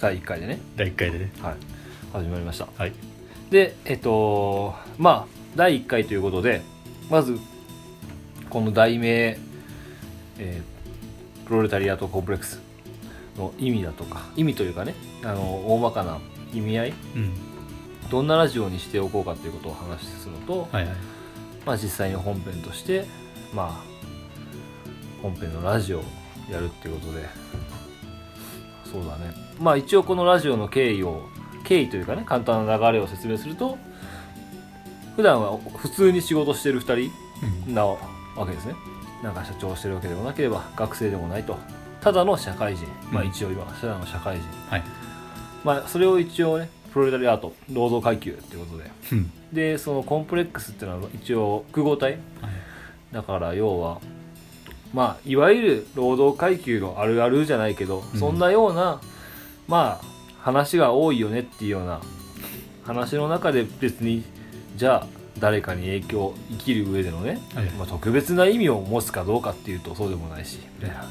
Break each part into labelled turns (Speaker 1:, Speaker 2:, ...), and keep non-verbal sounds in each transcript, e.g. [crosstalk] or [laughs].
Speaker 1: 第1回でね、
Speaker 2: 第1回でね
Speaker 1: はい、始まりました
Speaker 2: はい
Speaker 1: でえっとまあ第1回ということでまずこの題名、えープロレタリアとコンプレックス」の意味だとか意味というかねあの大まかな意味合い
Speaker 2: うん
Speaker 1: どんなラジオにしておこうかということを話すのと、
Speaker 2: はいはい
Speaker 1: まあ、実際に本編として、まあ、本編のラジオをやるっていうことでそうだねまあ一応このラジオの経緯を経緯というかね簡単な流れを説明すると普段は普通に仕事してる2
Speaker 2: うん
Speaker 1: 人なわけですねなんか社長をしてるわけでもなければ学生でもないとただの社会人まあ
Speaker 2: うん
Speaker 1: 一応今ただの社会人
Speaker 2: はい
Speaker 1: まあそれを一応ねプロレタリアート労働階級っていうことで
Speaker 2: うん
Speaker 1: でそのコンプレックスっていうのは一応複合体
Speaker 2: はい
Speaker 1: だから要はまあいわゆる労働階級のあるあるじゃないけど、
Speaker 2: うん
Speaker 1: そんなようなまあ話が多いよねっていうような話の中で別にじゃあ誰かに影響生きる上でのね、
Speaker 2: はい
Speaker 1: まあ、特別な意味を持つかどうかっていうとそうでもないしみたいなだか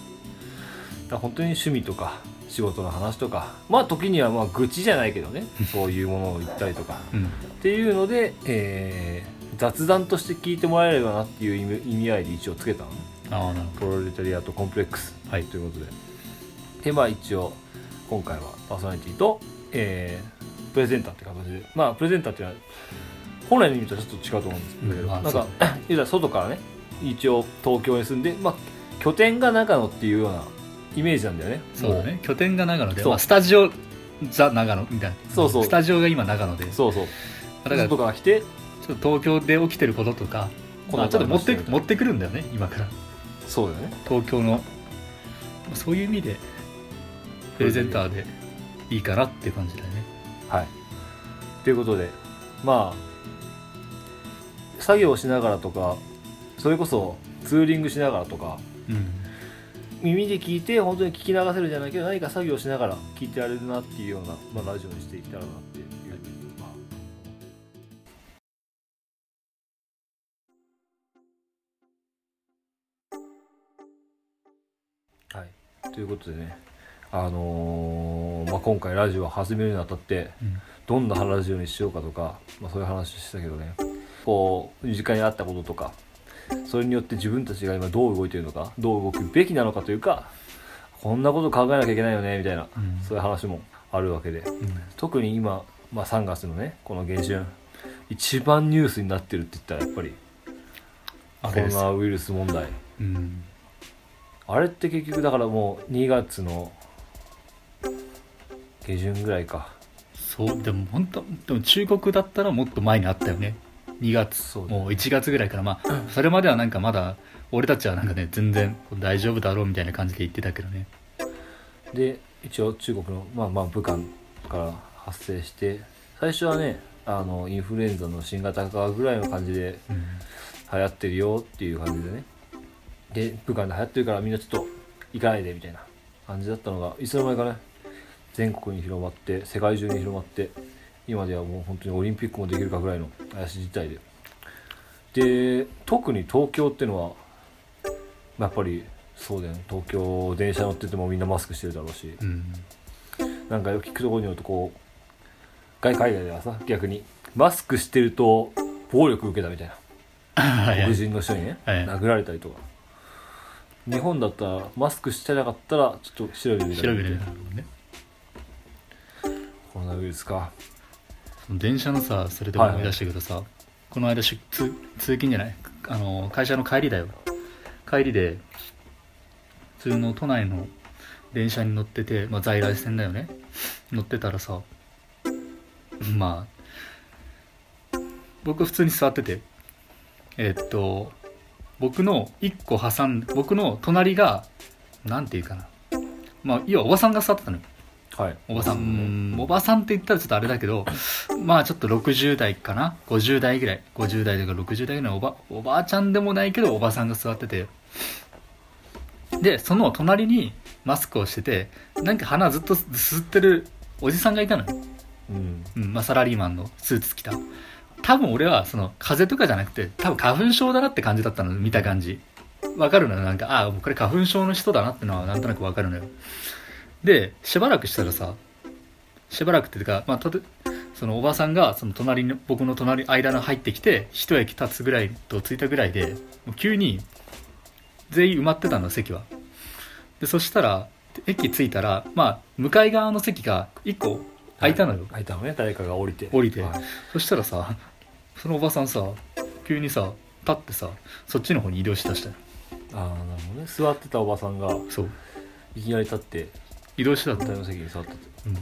Speaker 1: ら本当に趣味とか仕事の話とかまあ時にはまあ愚痴じゃないけど
Speaker 2: [laughs]
Speaker 1: ねそういうものを言ったりとか
Speaker 2: うん
Speaker 1: っていうので、えー雑談として聞いてもらえればなっていう意味意味合いで一応つけたの
Speaker 2: ああなるほ
Speaker 1: プロレタリアとコンプレックス
Speaker 2: どはい
Speaker 1: ということででまあ一応今回はパーソナリティと、えープレゼンターって形でまあプレゼンターっていうのは本来の意味とはちょっと違うと思うんですけど、
Speaker 2: うんまあ
Speaker 1: なん
Speaker 2: そ
Speaker 1: か [laughs] 言うたら外からね一応東京に住んで、まあ、拠点が長野っていうようなイメージなんだよね
Speaker 2: そうだね拠点が長野で、
Speaker 1: そう
Speaker 2: まあ、スタジオザ長野みたいな
Speaker 1: そうそう
Speaker 2: スタジオが今長野で
Speaker 1: もうそうそう
Speaker 2: だからちょ
Speaker 1: 外
Speaker 2: っ
Speaker 1: から来て
Speaker 2: と東京で起きてることとか、
Speaker 1: こん
Speaker 2: ま
Speaker 1: なこ
Speaker 2: あち
Speaker 1: と
Speaker 2: ょ
Speaker 1: あり
Speaker 2: っと持
Speaker 1: ま
Speaker 2: っ
Speaker 1: した
Speaker 2: て
Speaker 1: よ
Speaker 2: 持ってくるんだよね今から
Speaker 1: そうだよね
Speaker 2: 東京のそういう意味でプレゼンターでいいかなっていう感じだよね
Speaker 1: はい。ということで、まあ、作業しながらとか、それこそツーリングしながらとか、
Speaker 2: うん
Speaker 1: 耳で聞いて、本当に聞き流せるじゃないけど、何か作業しながら聞いてられるなっていうような、まあ、ラジオにしていったらなっていう。まあはい、ということでね、あのーまあ、今回ラジオを始めるにあたって、どんなラジオにしようかとか、まあ、そういう話をしてたけどねこう身近にあったこととかそれによって自分たちが今どう動いてるのかどう動くべきなのかというかこんなこと考えなきゃいけないよねみたいな
Speaker 2: うん
Speaker 1: そういう話もあるわけで
Speaker 2: うん
Speaker 1: 特に今、まあ、3月のねこの下旬一番ニュースになってるって言ったらやっぱり
Speaker 2: あ
Speaker 1: コ
Speaker 2: れ
Speaker 1: ロ
Speaker 2: です
Speaker 1: ナウイルス問題
Speaker 2: うん
Speaker 1: あれって結局だからもう2月の下旬ぐらいか
Speaker 2: そうでも本当でも中国だったらもっと前にあったよね2月
Speaker 1: そうだね
Speaker 2: もう1月ぐらいからまあそれまではなんかまだ俺たちはなんかね全然大丈夫だろうみたいな感じで言ってたけどね
Speaker 1: で一応中国の、まあ、まあ武漢から発生して最初はねあのインフルエンザの新型化ぐらいの感じで
Speaker 2: うん
Speaker 1: 流行ってるよっていう感じでねで武漢で流行ってるからみんなちょっと行かないでみたいな感じだったのがいつの間にかね全国に広まって世界中に広まって今ではもう本当にオリンピックもできるかぐらいの怪しい事態でで特に東京ってのはまあやっぱりそうだよね東京電車乗っててもみんなマスクしてるだろうし
Speaker 2: うん
Speaker 1: なんかよく聞くところによるとこう外海外ではさ逆にマスクしてると暴力受けたみたいな
Speaker 2: はいは
Speaker 1: 黒
Speaker 2: い
Speaker 1: 人の人にね、
Speaker 2: はい
Speaker 1: 殴られたりとか日本だったらマスクしてなかったらちょっと白い目で見
Speaker 2: 調
Speaker 1: ら
Speaker 2: べ
Speaker 1: れ
Speaker 2: る
Speaker 1: る
Speaker 2: なるほどね
Speaker 1: コロナウイルスか
Speaker 2: その電車のさそれでも思い出したけどさ、この間出通通勤じゃないあの会社の帰りだよ帰りで普通の都内の電車に乗ってて、まあ、在来線だよね乗ってたらさまあ僕普通に座っててえっと僕の1個挟ん僕の隣がなんていうかなまあ要はおばさんが座ってたのよ
Speaker 1: はい
Speaker 2: おばさん、うんおばさんって言ったらちょっとあれだけど、まあちょっと60代かな ?50 代ぐらい。50代とか60代ぐらいのおば、おばあちゃんでもないけどおばさんが座ってて。で、その隣にマスクをしてて、なんか鼻ずっと吸ってるおじさんがいたのよ。
Speaker 1: うん
Speaker 2: うん、まあサラリーマンのスーツ着た。多分俺はその風邪とかじゃなくて、多分花粉症だなって感じだったの、見た感じ。わかるのよ、なんか、ああ、もうこれ花粉症の人だなってのはなんとなくわかるのよ。で、しばらくしたらさ、しばらくっていうか、まあ、とてそのおばさんがその隣の僕の隣間の入ってきて一駅立つぐらいと着いたぐらいでもう急に全員埋まってたの席はでそしたら駅着いたら、まあ、向かい側の席が1個空いたのよ、
Speaker 1: 開いたのね誰かが降りて
Speaker 2: 降りて
Speaker 1: はい
Speaker 2: そしたらさそのおばさんさ急にさ立ってさそっちの方に移動しだしたの
Speaker 1: ああなるほどね座ってたおばさんが
Speaker 2: そう
Speaker 1: いきなり立って
Speaker 2: 移動しだった
Speaker 1: 反
Speaker 2: よ、
Speaker 1: 対の席に座ったと
Speaker 2: うん、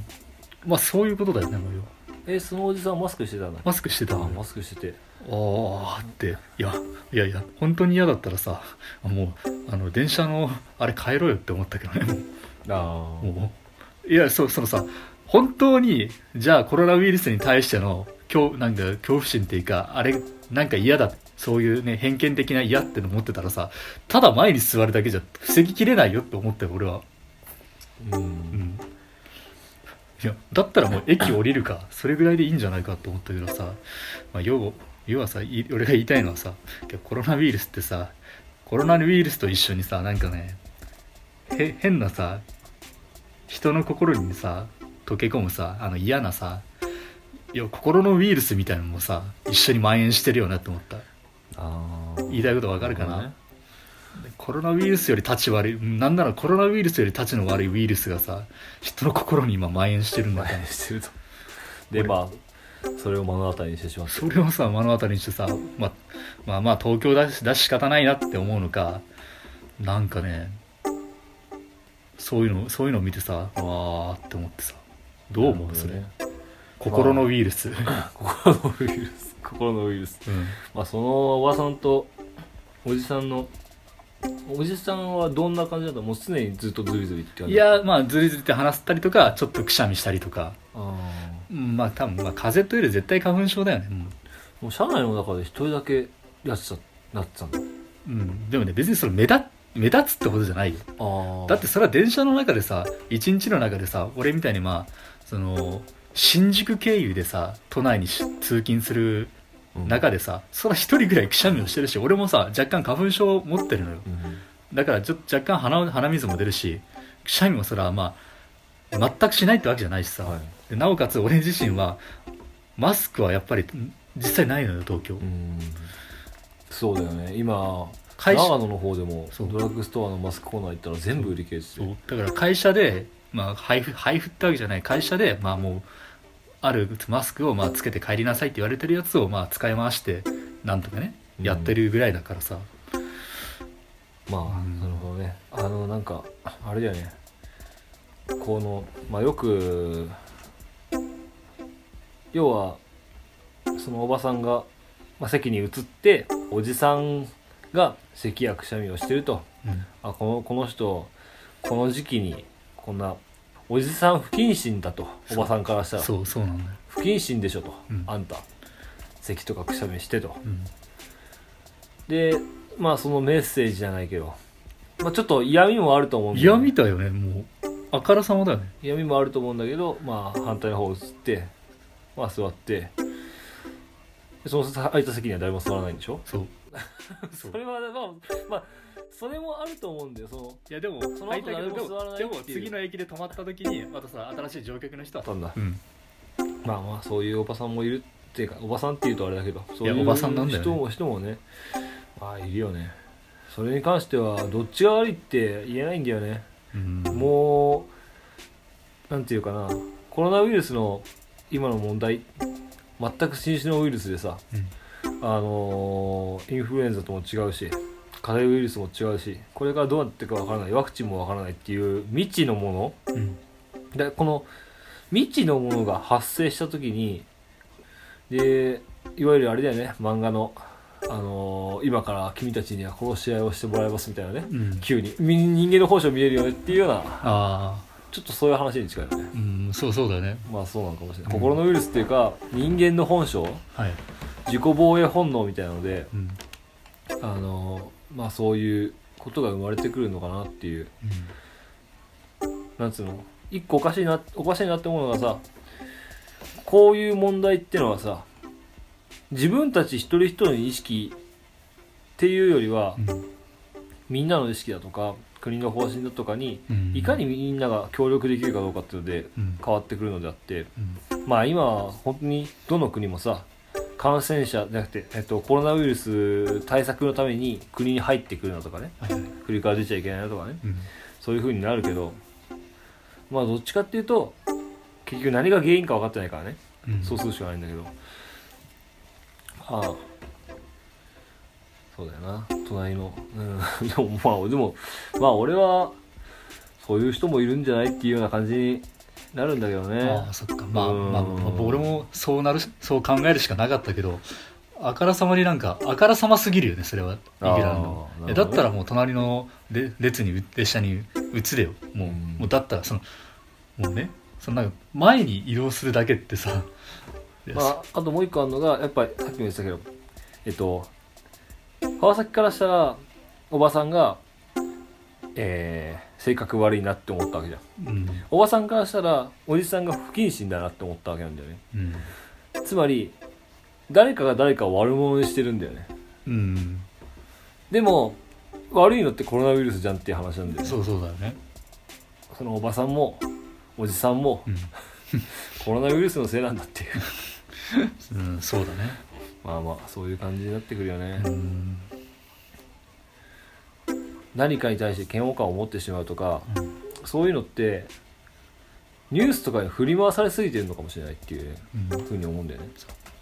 Speaker 2: まあそういうことだよねもうよ
Speaker 1: えそのおじさんマスクしてたんだっけ
Speaker 2: マスクしてた
Speaker 1: あ
Speaker 2: の
Speaker 1: ー
Speaker 2: よ
Speaker 1: マスクしてて
Speaker 2: ああっていやいやいや本当に嫌だったらさもうあの電車のあれ帰ろうよって思ったけどね
Speaker 1: あ
Speaker 2: もうもういやそうそのさ本当にじゃあコロナウイルスに対しての恐なんか恐怖心っていうかあれなんか嫌だそういうね偏見的な嫌っての持ってたらさただ前に座るだけじゃ防ぎきれないよって思ったよ俺は
Speaker 1: あう
Speaker 2: うんんいやだったらもう駅降りるかそれぐらいでいいんじゃないかと思ったけどさ、まあ、要要はさい俺が言いたいのはさいやコロナウイルスってさコロナウイルスと一緒にさなんかねへ変なさ人の心にさ溶け込むさあの嫌なさいや心のウイルスみたいなのもさ一緒に蔓延してるよなって思った
Speaker 1: あー
Speaker 2: 言いたいことわかるかな
Speaker 1: なる
Speaker 2: コロナウイルスより立ち悪いなんならコロナウイルスより立ちの悪いウイルスがさ人の心に今蔓延してるん
Speaker 1: ほどね
Speaker 2: だよ
Speaker 1: 蔓延してると [laughs] でまあそれを目の当たりにしてしまった
Speaker 2: それをさ目の当たりにしてさ、ま、まあまあ東京だしだし仕方ないなって思うのかなんかねそういうのそういうのを見てさあーって思ってさどう思う、それ
Speaker 1: なる
Speaker 2: 心のウイルス、
Speaker 1: ほどね [laughs] 心のウイルス心のウイルス
Speaker 2: うん
Speaker 1: まあそのおばさんとおじさんのおじさんはどんな感じだったのもう常にずっとズリズリって感
Speaker 2: [laughs] い
Speaker 1: じ
Speaker 2: やまあずりずりって話したりとかちょっとくしゃみしたりとか
Speaker 1: あ
Speaker 2: うんまあ多分、まあ、風邪というより絶対花粉症だよね、うん
Speaker 1: ーもう車内の中で一人だけやってたなってたんだ
Speaker 2: うん、でもね別にそれ目立目立つってことじゃないよ
Speaker 1: あ
Speaker 2: だってそれは電車の中でさ一日の中でさ俺みたいにまあその新宿経由でさ都内にし通勤する中でさ、そら一人ぐらいくしゃみをしてるし俺もさ若干花粉症を持ってるのよ
Speaker 1: うん
Speaker 2: だからちょっと若干鼻を鼻水も出るしくしゃみもそらまあ全くしないってわけじゃないしさ、
Speaker 1: はい
Speaker 2: でなおかつ俺自身はマスクはやっぱりん実際ないのよ東京、
Speaker 1: うんそうだよね今
Speaker 2: 会社
Speaker 1: 長野の方でも
Speaker 2: そう
Speaker 1: ドラッグストアのマスクコーナー行ったら全部売り切れてて
Speaker 2: そうだから会社で、まあ、配布配布ってわけじゃない会社で、まあ、もうあるマスクをまあつけて帰りなさいって言われてるやつをまあ使い回してなんとかね
Speaker 1: うん
Speaker 2: やってるぐらいだからさ、
Speaker 1: ま
Speaker 2: うん
Speaker 1: あなるほどねあのなんかあれだよねこのまあよく要はそのおばさんが、まあ、席に移っておじさんが咳やくしゃみをしてると
Speaker 2: うん
Speaker 1: あこのこの人この時期にこんなおじさん不謹慎だとおばさんからしたら
Speaker 2: そうそうなんだよ、
Speaker 1: 不謹慎でしょと、
Speaker 2: うん
Speaker 1: あんた咳とかくしゃみしてと
Speaker 2: うん
Speaker 1: でまあそのメッセージじゃないけど、まあ、ちょっと嫌味もあると思うんだよ
Speaker 2: 嫌
Speaker 1: ね
Speaker 2: みだよねもうあからさまだよね
Speaker 1: 嫌味もあると思うんだけどまあ反対の方移ってまあ座ってでその空いた席には誰も座らないんでしょ
Speaker 2: [laughs] そう
Speaker 1: それはまあまあそれもあると思うんだよその
Speaker 2: いやでも
Speaker 1: の後
Speaker 2: 入ったけ
Speaker 1: 誰
Speaker 2: ど
Speaker 1: も座らない
Speaker 2: でもでも
Speaker 1: っていう
Speaker 2: 次の駅で止まった時にまたさ新しい乗客の人は
Speaker 1: たんだ
Speaker 2: うん
Speaker 1: まあまあそういうおばさんもいるっていうかおばさんっていうとあれだけどそう
Speaker 2: い
Speaker 1: い
Speaker 2: や
Speaker 1: う
Speaker 2: おばさんなんだよね
Speaker 1: 人も人もねまあいるよねそれに関してはどっちが悪いって言えないんだよね
Speaker 2: うん
Speaker 1: もうなんていうかなコロナウイルスの今の問題全く新種のウイルスでさ
Speaker 2: うん
Speaker 1: あのーインフルエンザとも違うし風邪ウイルスも違うしこれからどうなっていくかわからないワクチンもわからないっていう未知のもの
Speaker 2: うん
Speaker 1: でこの未知のものが発生した時にでいわゆるあれだよね漫画の、あのー今から君たちには殺し合いをしてもらいますみたいなね
Speaker 2: うん
Speaker 1: 急にみ人間の本性見えるよねっていうような
Speaker 2: あ
Speaker 1: ちょっとそういう話に近いよね
Speaker 2: あうんそうそうだよね
Speaker 1: まあそうなのかもしれない、
Speaker 2: うん
Speaker 1: 心のウイルスっていうか人間の本性
Speaker 2: はい、
Speaker 1: 自己防衛本能みたいなので
Speaker 2: うん
Speaker 1: あのーまあそういうことが生まれてくるのかなっていう
Speaker 2: うん
Speaker 1: なんつうの一個おかしいなおかしいなって思うのがさこういう問題ってのはさ自分たち一人一人の意識っていうよりは、
Speaker 2: うん
Speaker 1: みんなの意識だとか国の方針だとかに
Speaker 2: うん
Speaker 1: いかにみんなが協力できるかどうかっていうので
Speaker 2: うん
Speaker 1: 変わってくるのであって
Speaker 2: うん
Speaker 1: まあ今は本当にどの国もさ感染者じゃなくて、えっと、コロナウイルス対策のために国に入ってくるなとかね
Speaker 2: はいはい
Speaker 1: 国から出ちゃいけないなとかね
Speaker 2: うん
Speaker 1: そういう風になるけどまあどっちかっていうと結局何が原因か分かってないからね
Speaker 2: うん
Speaker 1: そうするしかないんだけどまあそうだよな隣のうん [laughs] でもまあでもまあ俺はそういう人もいるんじゃないっていうような感じになるんだけどね
Speaker 2: ああそっかまあ
Speaker 1: うん
Speaker 2: まあ、まあ俺もそうなるしそう考えるしかなかったけどあからさまになんかあからさますぎるよねそれはイギランド
Speaker 1: あー
Speaker 2: いや
Speaker 1: なるほ
Speaker 2: だっ
Speaker 1: どね
Speaker 2: たらもう隣のれ列に列車に移れよもう,、
Speaker 1: うん
Speaker 2: もうだったらそのもうねそのなんか前に移動するだけってさ、いや
Speaker 1: まあ、あともう一個あるのがやっぱりさっきも言ってたけどえっと川崎からしたらおばさんがえー性格悪いなって思ったわけじゃん
Speaker 2: うん
Speaker 1: おばさんからしたらおじさんが不謹慎だなって思ったわけなんだよね
Speaker 2: うん
Speaker 1: つまり誰かが誰かを悪者にしてるんだよね
Speaker 2: うん、
Speaker 1: でも悪いのってコロナウイルスじゃんっていう話なんだよね
Speaker 2: そうそうだよね、
Speaker 1: そのおばさんもおじさんも
Speaker 2: う
Speaker 1: [laughs] コロナウイルスのせいなんだっていう
Speaker 2: んうん、そうだね
Speaker 1: まあまあそういう感じになってくるよね、
Speaker 2: うん
Speaker 1: 何かに対して嫌悪感を持ってしまうとかそういうのってニュースとかに振り回されすぎてるのかもしれないっていう
Speaker 2: うんうん
Speaker 1: ふうに思うんだよね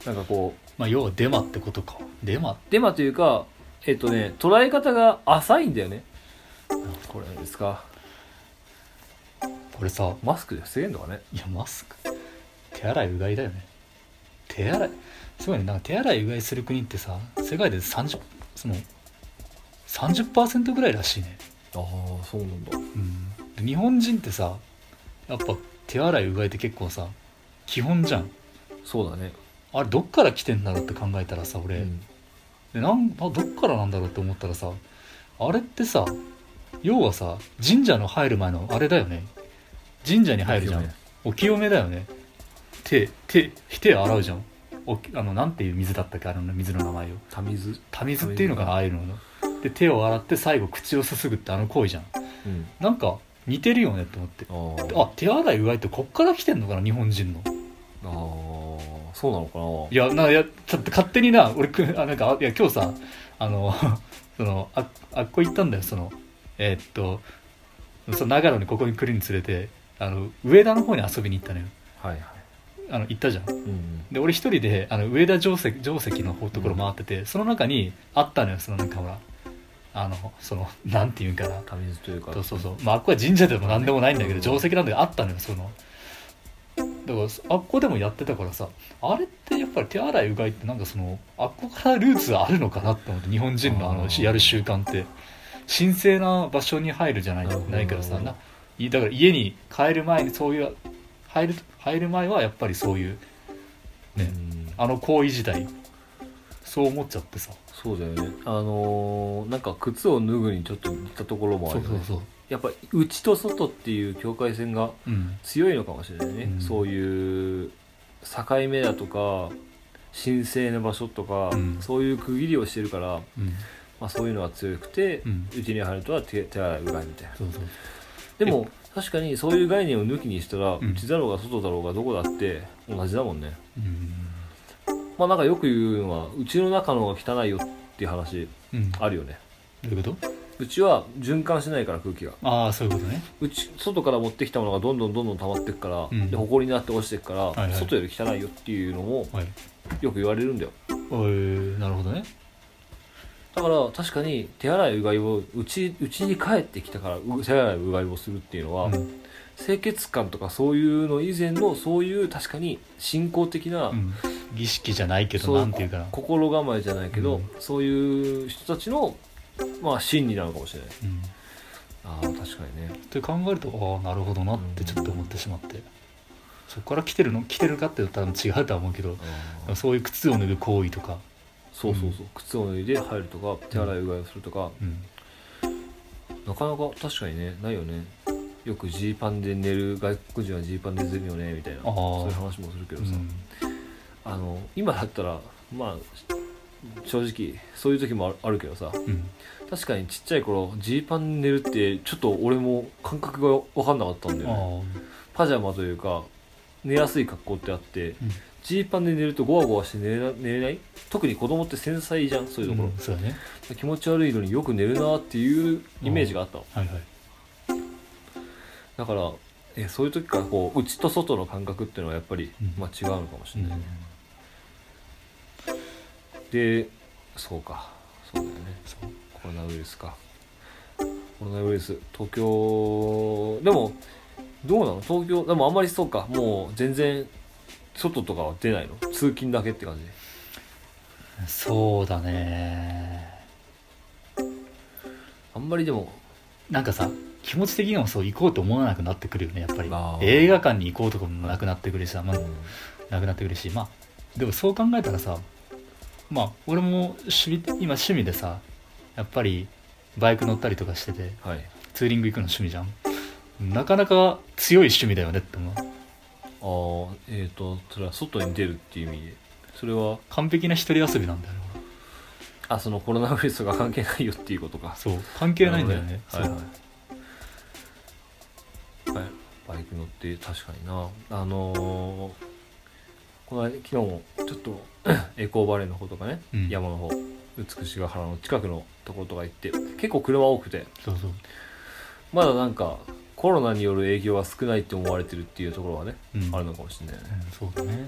Speaker 1: なんかこう
Speaker 2: まあ要はデマってことかデマ
Speaker 1: デマというかえっとね捉え方が浅いんだよねこれですか
Speaker 2: これさ
Speaker 1: マスクで防げんのかね
Speaker 2: いやマスク手洗いうがいだよね手洗いすごいねなんか手洗いうがいする国ってさ世界で30その30%ぐらいらしいね、
Speaker 1: ああそうなんだ
Speaker 2: うん、で日本人ってさやっぱ手洗いうがいって結構さ基本じゃん
Speaker 1: そうだね、
Speaker 2: あれどっから来てんだろうって考えたらさ俺、
Speaker 1: うん
Speaker 2: でなんあどっからなんだろうって思ったらさあれってさ要はさ神社の入る前のあれだよね神社に入るじゃ
Speaker 1: お清
Speaker 2: ん
Speaker 1: め
Speaker 2: お清めだよね手手手洗うじゃんおきあのなんていう水だったっけあの水の名前を
Speaker 1: タミズ
Speaker 2: 多水っていうのかなああいうので手を洗って最後口をすすぐってあの行為じゃん
Speaker 1: うん
Speaker 2: なんか似てるよねって思って
Speaker 1: あー
Speaker 2: あ手洗いうがいってこっから来てんのかな日本人の
Speaker 1: あーそうなのか
Speaker 2: いや、な、いや、ちょっと勝手にな、俺く、あ、なんか、あいや、今日さ、あの、 [laughs] その、あ、あっこ行ったんだよ、その、えーっと、その長野にここに来るにつれて、あの、上田の方に遊びに行ったのよ。
Speaker 1: なはいはい
Speaker 2: あの、行ったじゃん。
Speaker 1: うん
Speaker 2: で、俺一人で、あの、上田定石、定石の方ところ回ってて、その中にあったのよ、その、なんかほら、あの、その、なんていうんかな。
Speaker 1: タミズというか
Speaker 2: そうそうそう。まあ、あっこは神社でも何でもないんだけ
Speaker 1: う
Speaker 2: ど、
Speaker 1: ん
Speaker 2: 定石なんだけど、あったのよ、その。だから、あっこでもやってたからさ、あれってやっぱり手洗いうがいって、なんかその、あっこからルーツあるのかなって思って、日本人のあ
Speaker 1: あ
Speaker 2: の、
Speaker 1: ー
Speaker 2: やる習慣って。神聖な場所に入るじゃない
Speaker 1: なるほど
Speaker 2: ないからさな、いだから家に帰る前にそういう、入る、入る前はやっぱりそういう、
Speaker 1: う
Speaker 2: ね
Speaker 1: ん
Speaker 2: あの行為自体、そう思っちゃってさ。
Speaker 1: そうだよねあのーなんか靴を脱ぐにちょっと似たところもあ
Speaker 2: そ
Speaker 1: るよ
Speaker 2: うそう
Speaker 1: ね
Speaker 2: そう。
Speaker 1: やっぱり内と外っていう境界線が
Speaker 2: うん。
Speaker 1: 強いのかもしれないね、
Speaker 2: うん
Speaker 1: そういう境目だとか神聖な場所とか、
Speaker 2: うん
Speaker 1: そういう区切りをしてるから、
Speaker 2: うん。
Speaker 1: まあ、そういうのは強くて
Speaker 2: うん
Speaker 1: うち、に入るとは手手洗いうがいみたいな
Speaker 2: そうそう。
Speaker 1: でも確かにそういう概念を抜きにしたら、うんちだろうが外だろうがどこだって同じだもんね
Speaker 2: うん。
Speaker 1: まあなんかよく言うのはうちの中の方が汚いよっていう話
Speaker 2: うん。ど
Speaker 1: あるよね
Speaker 2: ういうこと
Speaker 1: うちは循環しないから空気が
Speaker 2: ああそういうことね
Speaker 1: うち外から持ってきたものがどんどんどんどん溜まってくから、
Speaker 2: うん
Speaker 1: で埃になって落ちてくから、
Speaker 2: いはい
Speaker 1: 外より汚いよっていうのも
Speaker 2: はい
Speaker 1: よく言われるんだよ
Speaker 2: えー、なるほどね
Speaker 1: だから確かに手洗いうがいをうちうちに帰ってきたからう手洗いうがいをするっていうのは、
Speaker 2: うん
Speaker 1: 清潔感とかそういうの以前のそういう確かに信仰的な、
Speaker 2: うん儀式じゃないけど
Speaker 1: そう
Speaker 2: なんていうかな、
Speaker 1: 心構えじゃないけど、
Speaker 2: うん
Speaker 1: そういう人たちのまあ真理なのかもしれない
Speaker 2: うん、
Speaker 1: ああ確かにね
Speaker 2: って考えるとああなるほどなってちょっと思ってしまって、そこから来てるの来てるかって言ったら違うとは思うけど
Speaker 1: あー
Speaker 2: そういう靴を脱ぐ行為とか、
Speaker 1: そうそうそう、靴を脱いで入るとか手洗いうがいをするとか、
Speaker 2: うん、
Speaker 1: なかなか確かにねないよねよくジーパンで寝る外国人はジーパンで寝るよねみたいな
Speaker 2: あー
Speaker 1: そういう話もするけどさ、あの今だったらまあ正直そういう時もあるあるけどさ
Speaker 2: うん
Speaker 1: 確かにちっちゃい頃ジーパン寝るってちょっと俺も感覚が分かんなかったんだ
Speaker 2: あ
Speaker 1: よね
Speaker 2: ー
Speaker 1: パジャマというか寝やすい格好ってあって
Speaker 2: うん
Speaker 1: ジーパンで寝るとゴワゴワして寝れな寝れない特に子供って繊細じゃんそういうところ、
Speaker 2: うんそうだね
Speaker 1: 気持ち悪いのによく寝るなっていうイメージがあったの
Speaker 2: はいはい
Speaker 1: だからえそういう時からこう内と外の感覚っていうのはやっぱり、
Speaker 2: うん
Speaker 1: まあ、違うのかもし
Speaker 2: う
Speaker 1: れ
Speaker 2: ん
Speaker 1: ない、でそうかそうだよね
Speaker 2: そう
Speaker 1: コロナウイルスかコロナウイルス東京でもどうなの東京でもあんまりそうかもう全然外とかは出ないの通勤だけって感じ
Speaker 2: そうだね
Speaker 1: あんまりでも
Speaker 2: なんかさ気持ち的にもそう行こうと思わなくなってくるよねやっぱり
Speaker 1: あー
Speaker 2: 映画館に行こうとかもなくなってくるしさ、まあ、なくなってくるしまあでもそう考えたらさまあ俺も趣味今趣味でさやっぱりバイク乗ったりとかしてて
Speaker 1: はい
Speaker 2: ツーリング行くの趣味じゃんなかなか強い趣味だよねって思う
Speaker 1: ああえっ、とそれは外に出るっていう意味でそれは
Speaker 2: 完璧な一人遊びなんだよね
Speaker 1: あそのコロナウイルスが関係ないよっていうことか
Speaker 2: そう関係ないんだよね
Speaker 1: な
Speaker 2: そう、
Speaker 1: るほどねはいはい、はいバイク乗って確かになあのーこの間昨日もちょっと [clears throat] エコーバレーの方とかね、
Speaker 2: うん
Speaker 1: 山の方美しが原の近くのところとか行って結構車多くて
Speaker 2: そうそう
Speaker 1: まだなんかコロナによる営業は少ないって思われてるっていうところはね、
Speaker 2: うん
Speaker 1: あるのかもしれないよね
Speaker 2: うんそうだね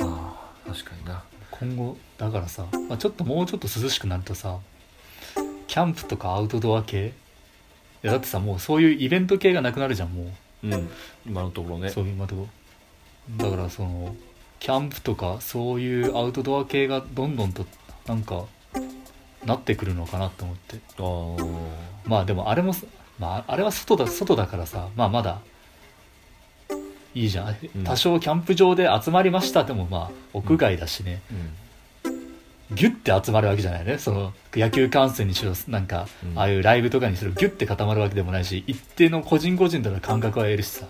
Speaker 1: ああ確かにな
Speaker 2: 今後だからさ、まあ、ちょっともうちょっと涼しくなるとさキャンプとかアウトドア系いやだってさもうそういうイベント系がなくなるじゃんもう
Speaker 1: うん今のところね
Speaker 2: そういうまとだからそのキャンプとかそういうアウトドア系がどんどんとなんかなってくるのかなと思って
Speaker 1: あー
Speaker 2: まあでもあれもそ、まあ、あれは外だ外だからさまあまだいいじゃん
Speaker 1: うん
Speaker 2: 多少キャンプ場で集まりましたでもまあ屋外だしね、
Speaker 1: うん
Speaker 2: ギュッて集まるわけじゃないねその野球観戦にしろなんか、
Speaker 1: うん
Speaker 2: ああいうライブとかにしろギュッて固まるわけでもないし一定の個人個人との感覚は得るしさ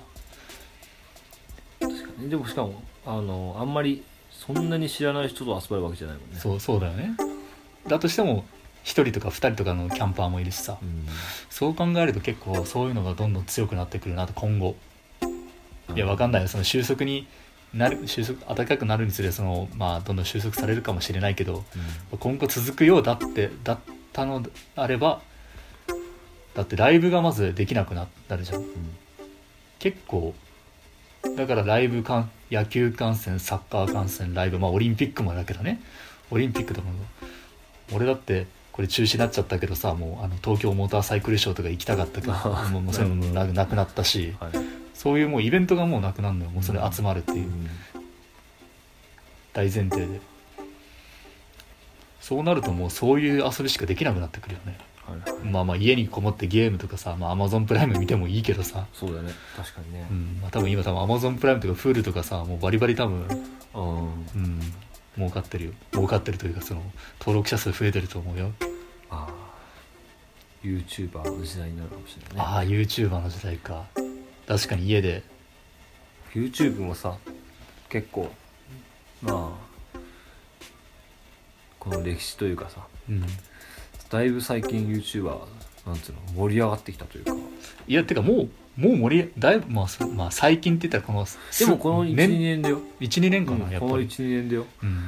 Speaker 1: でもしかもあのあんまりそんなに知らない人と遊ばるわけじゃないもんね
Speaker 2: そうそうだよねだとしても1人とか2人とかのキャンパーもいるしさ
Speaker 1: うん
Speaker 2: そう考えると結構そういうのがどんどん強くなってくるなと今後いやわかんないよその収束になる収束暖かくなるにつれそのまあどんどん収束されるかもしれないけど今後続くようだってだったのであればだってライブがまずできなくななるじゃん結構だからライブ観野球観戦サッカー観戦ライブまあオリンピックもだけどねオリンピックとかも俺だってこれ中止になっちゃったけどさもうあの東京モーターサイクルショーとか行きたかったけ [laughs] どもうもうそういうのもななくなったし
Speaker 1: はい
Speaker 2: そういうもうイベントがもうなくなるのよもうそれ集まるっていう大前提でそうなるともうそういう遊びしかできなくなってくるよね
Speaker 1: はいはい
Speaker 2: まあまあ家にこもってゲームとかさまあ Amazon プライム見てもいいけどさ
Speaker 1: そうだね確かにね
Speaker 2: うんまあ、多分今多分 Amazon プライムとか Hulu とかさもうバリバリ多分、
Speaker 1: うん
Speaker 2: うん、儲かってるよ儲かってるというかその登録者数増えてると思うよ、
Speaker 1: あー YouTuber の時代になるかもしれないね
Speaker 2: ああ YouTuber の時代か確かに家で
Speaker 1: YouTube もさ結構まあこの歴史というかさ
Speaker 2: うん
Speaker 1: だいぶ最近 YouTuber なんつうの盛り上がってきたというか
Speaker 2: いやてかもうもう盛りだいぶ、まあそまあ、最近って言ったらこの
Speaker 1: でもこの12
Speaker 2: 年
Speaker 1: 年だよ
Speaker 2: 12年
Speaker 1: うんこ
Speaker 2: 間かな、やっぱ
Speaker 1: の
Speaker 2: り、
Speaker 1: 12年だよ
Speaker 2: うん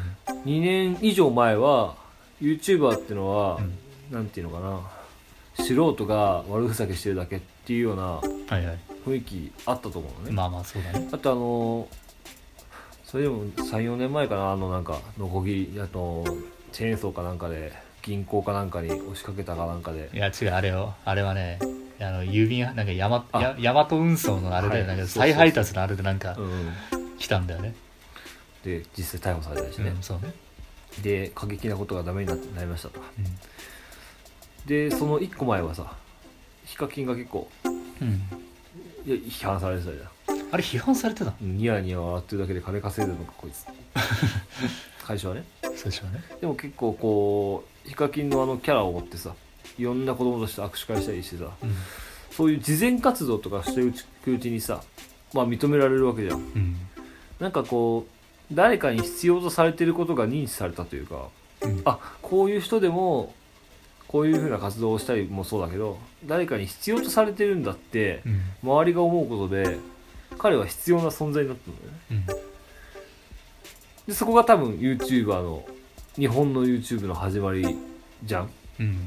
Speaker 1: 2年以上前は YouTuber ってのは、
Speaker 2: うん
Speaker 1: なんていうのかな素人が悪ふざけしてるだけっていうような
Speaker 2: はいはい
Speaker 1: 雰囲気あったと思うのね、
Speaker 2: まあまあそうだね
Speaker 1: あとあのーそれでも34年前かなあのなんかノコギリあとチェーンソーかなんかで銀行かなんかに押しかけたかなんかで
Speaker 2: いや違うあれよあれはねあの郵便なんかヤマ
Speaker 1: あ
Speaker 2: ヤヤマト運送のあれで、
Speaker 1: はい
Speaker 2: なんか
Speaker 1: そうそうそう
Speaker 2: 再配達のあれでなんか
Speaker 1: うん
Speaker 2: 来たんだよね、
Speaker 1: で実際逮捕されたりしてね
Speaker 2: うん、そうね、
Speaker 1: で過激なことがダメにななりましたと
Speaker 2: うん
Speaker 1: でその1個前はさヒカキンが結構いや批判されてたじゃん
Speaker 2: あれ批判されてた
Speaker 1: ニヤニヤ笑ってるだけで金稼いでるのかこいつ会社はね
Speaker 2: 最初はね
Speaker 1: でも結構こうヒカキンのあのキャラを持ってさいろんな子供として握手会したりしてさ
Speaker 2: うん、
Speaker 1: そういう慈善活動とかしていくうちにさまあ認められるわけじゃんなんかこう誰かに必要とされてることが認知されたというか
Speaker 2: うん
Speaker 1: あこういう人でもこういうふうな活動をしたりもそうだけど誰かに必要とされてるんだって
Speaker 2: うん
Speaker 1: 周りが思うことで彼は必要な存在になったんだよね
Speaker 2: うん
Speaker 1: でそこが多分 YouTuber の日本の YouTube の始まりじゃん
Speaker 2: うん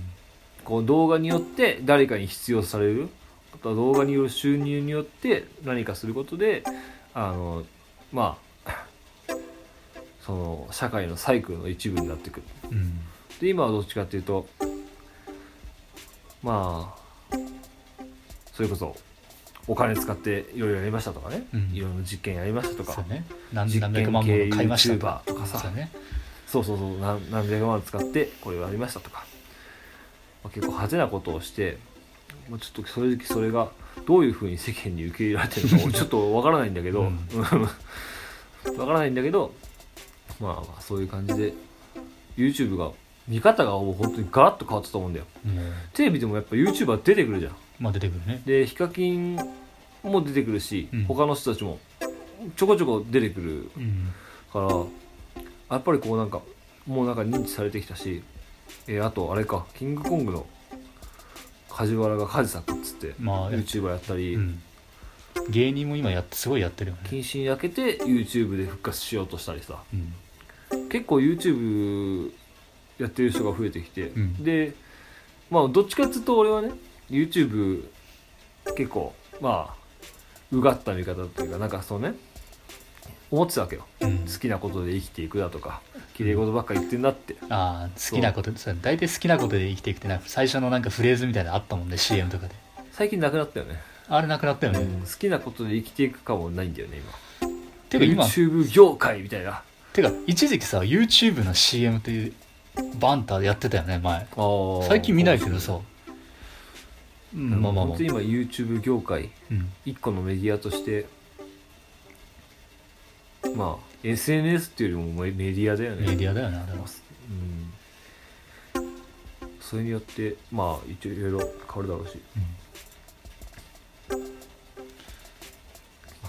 Speaker 1: こう動画によって誰かに必要とされるあとは動画による収入によって何かすることであのまあその社会のサイクルの一部になってくる
Speaker 2: うん
Speaker 1: で今はどっちかっていうとまあそれこそお金使っていろいろやりましたとかね、
Speaker 2: うん
Speaker 1: いろんな実験やりましたと
Speaker 2: そ
Speaker 1: か
Speaker 2: うね何何百万もの買いました
Speaker 1: 実験系 YouTuber とかさ
Speaker 2: そうね
Speaker 1: そうそうそう何何百万使ってこれをやりましたとか、まあ、結構派手なことをして、まあ、ちょっと正直それがどういうふうに世間に受け入れられてるのか
Speaker 2: [laughs]
Speaker 1: 俺ちょっとわからないんだけど
Speaker 2: う
Speaker 1: わ
Speaker 2: ん、
Speaker 1: [laughs] うんわからないんだけどまあまあそういう感じで YouTube が見方がもう本当にガラッと変わったと思うんだよ
Speaker 2: うん
Speaker 1: テレビでもやっぱ YouTuber 出てくるじゃん
Speaker 2: まあ出てくるね
Speaker 1: でヒカキンも出てくるし、
Speaker 2: うん
Speaker 1: 他の人たちもちょこちょこ出てくる
Speaker 2: うん
Speaker 1: からやっぱりこうなんかもうなんか認知されてきたし、えーあとあれかキングコングの梶原が梶作っつって
Speaker 2: まあ
Speaker 1: YouTuber やったり、
Speaker 2: うん芸人も今やってすごいやってるよね
Speaker 1: 謹慎焼けて YouTube で復活しようとしたりさ
Speaker 2: うん
Speaker 1: 結構 YouTube やってる人が増えてきて、
Speaker 2: うん
Speaker 1: でまあどっちかっつうと俺はね YouTube 結構まあうがった見方というかなんかそのね思ってたわけよ
Speaker 2: うん
Speaker 1: 好きなことで生きていくだとか綺麗事ばっか言ってんなって
Speaker 2: ああ好きなことそう大体好きなことで生きていくってなんか最初のなんかフレーズみたいなのあったもんね CM とかで
Speaker 1: 最近なくなったよね、
Speaker 2: あれなくなったよね、
Speaker 1: 好きなことで生きていく感もないんだよね
Speaker 2: てか
Speaker 1: 今
Speaker 2: 今
Speaker 1: YouTube 業界みたいなあ
Speaker 2: てか一時期さ YouTube の CM というバンターやってたよね前最近見ないけどさうんまあまあまあ
Speaker 1: 本当に今 YouTube 業界
Speaker 2: うん
Speaker 1: 一個のメディアとしてまあ SNS っていうよりもメディアだよね
Speaker 2: メディアだよねあれは
Speaker 1: うんそれによってまあ一応いろいろ変わるだろうし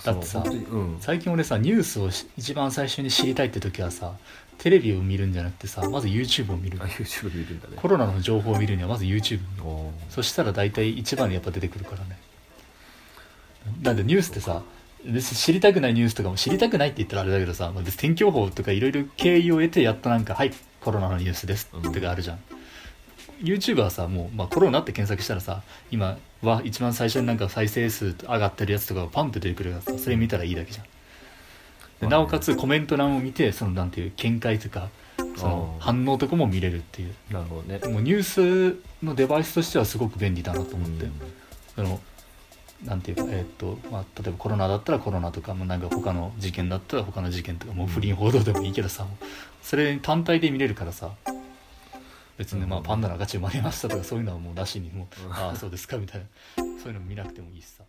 Speaker 2: だってさ
Speaker 1: その本当にうん
Speaker 2: 最近俺さニュースをし一番最初に知りたいって時はさテレビを見るんじゃなくてさまず YouTube を見る
Speaker 1: あ YouTube でいるんだね
Speaker 2: コロナの情報を見るにはまず YouTube
Speaker 1: おー
Speaker 2: そしたら大体一番にやっぱ出てくるからねなんでニュースってさ別に知りたくないニュースとかも知りたくないって言ったらあれだけどさ、まあ、別に天気予報とかいろいろ経緯を得てやっとなんか「はいコロナのニュースです」
Speaker 1: うん
Speaker 2: ってがあるじゃん、YouTube はさもう、まあ、コロナって検索したらさ今は一番最初になんか再生数上がってるやつとかがパンって出てくるからさそれ見たらいいだけじゃんでなおかつコメント欄を見てそのなんていう見解とかその
Speaker 1: あー
Speaker 2: 反応とかも見れるっていう
Speaker 1: なるほどね
Speaker 2: もうニュースのデバイスとしてはすごく便利だなと思って、
Speaker 1: うん
Speaker 2: そのなんていうか、えーっとまあ、例えばコロナだったらコロナとかもうなんか他の事件だったら他の事件とかもう不倫報道でもいいけどさもうそれ単体で見れるからさ別にね、まあ、パンダの赤ち生まれましたとかそういうのはもうなしにもう
Speaker 1: うん
Speaker 2: ああそうですかみたいなそういうの見なくてもいいしさ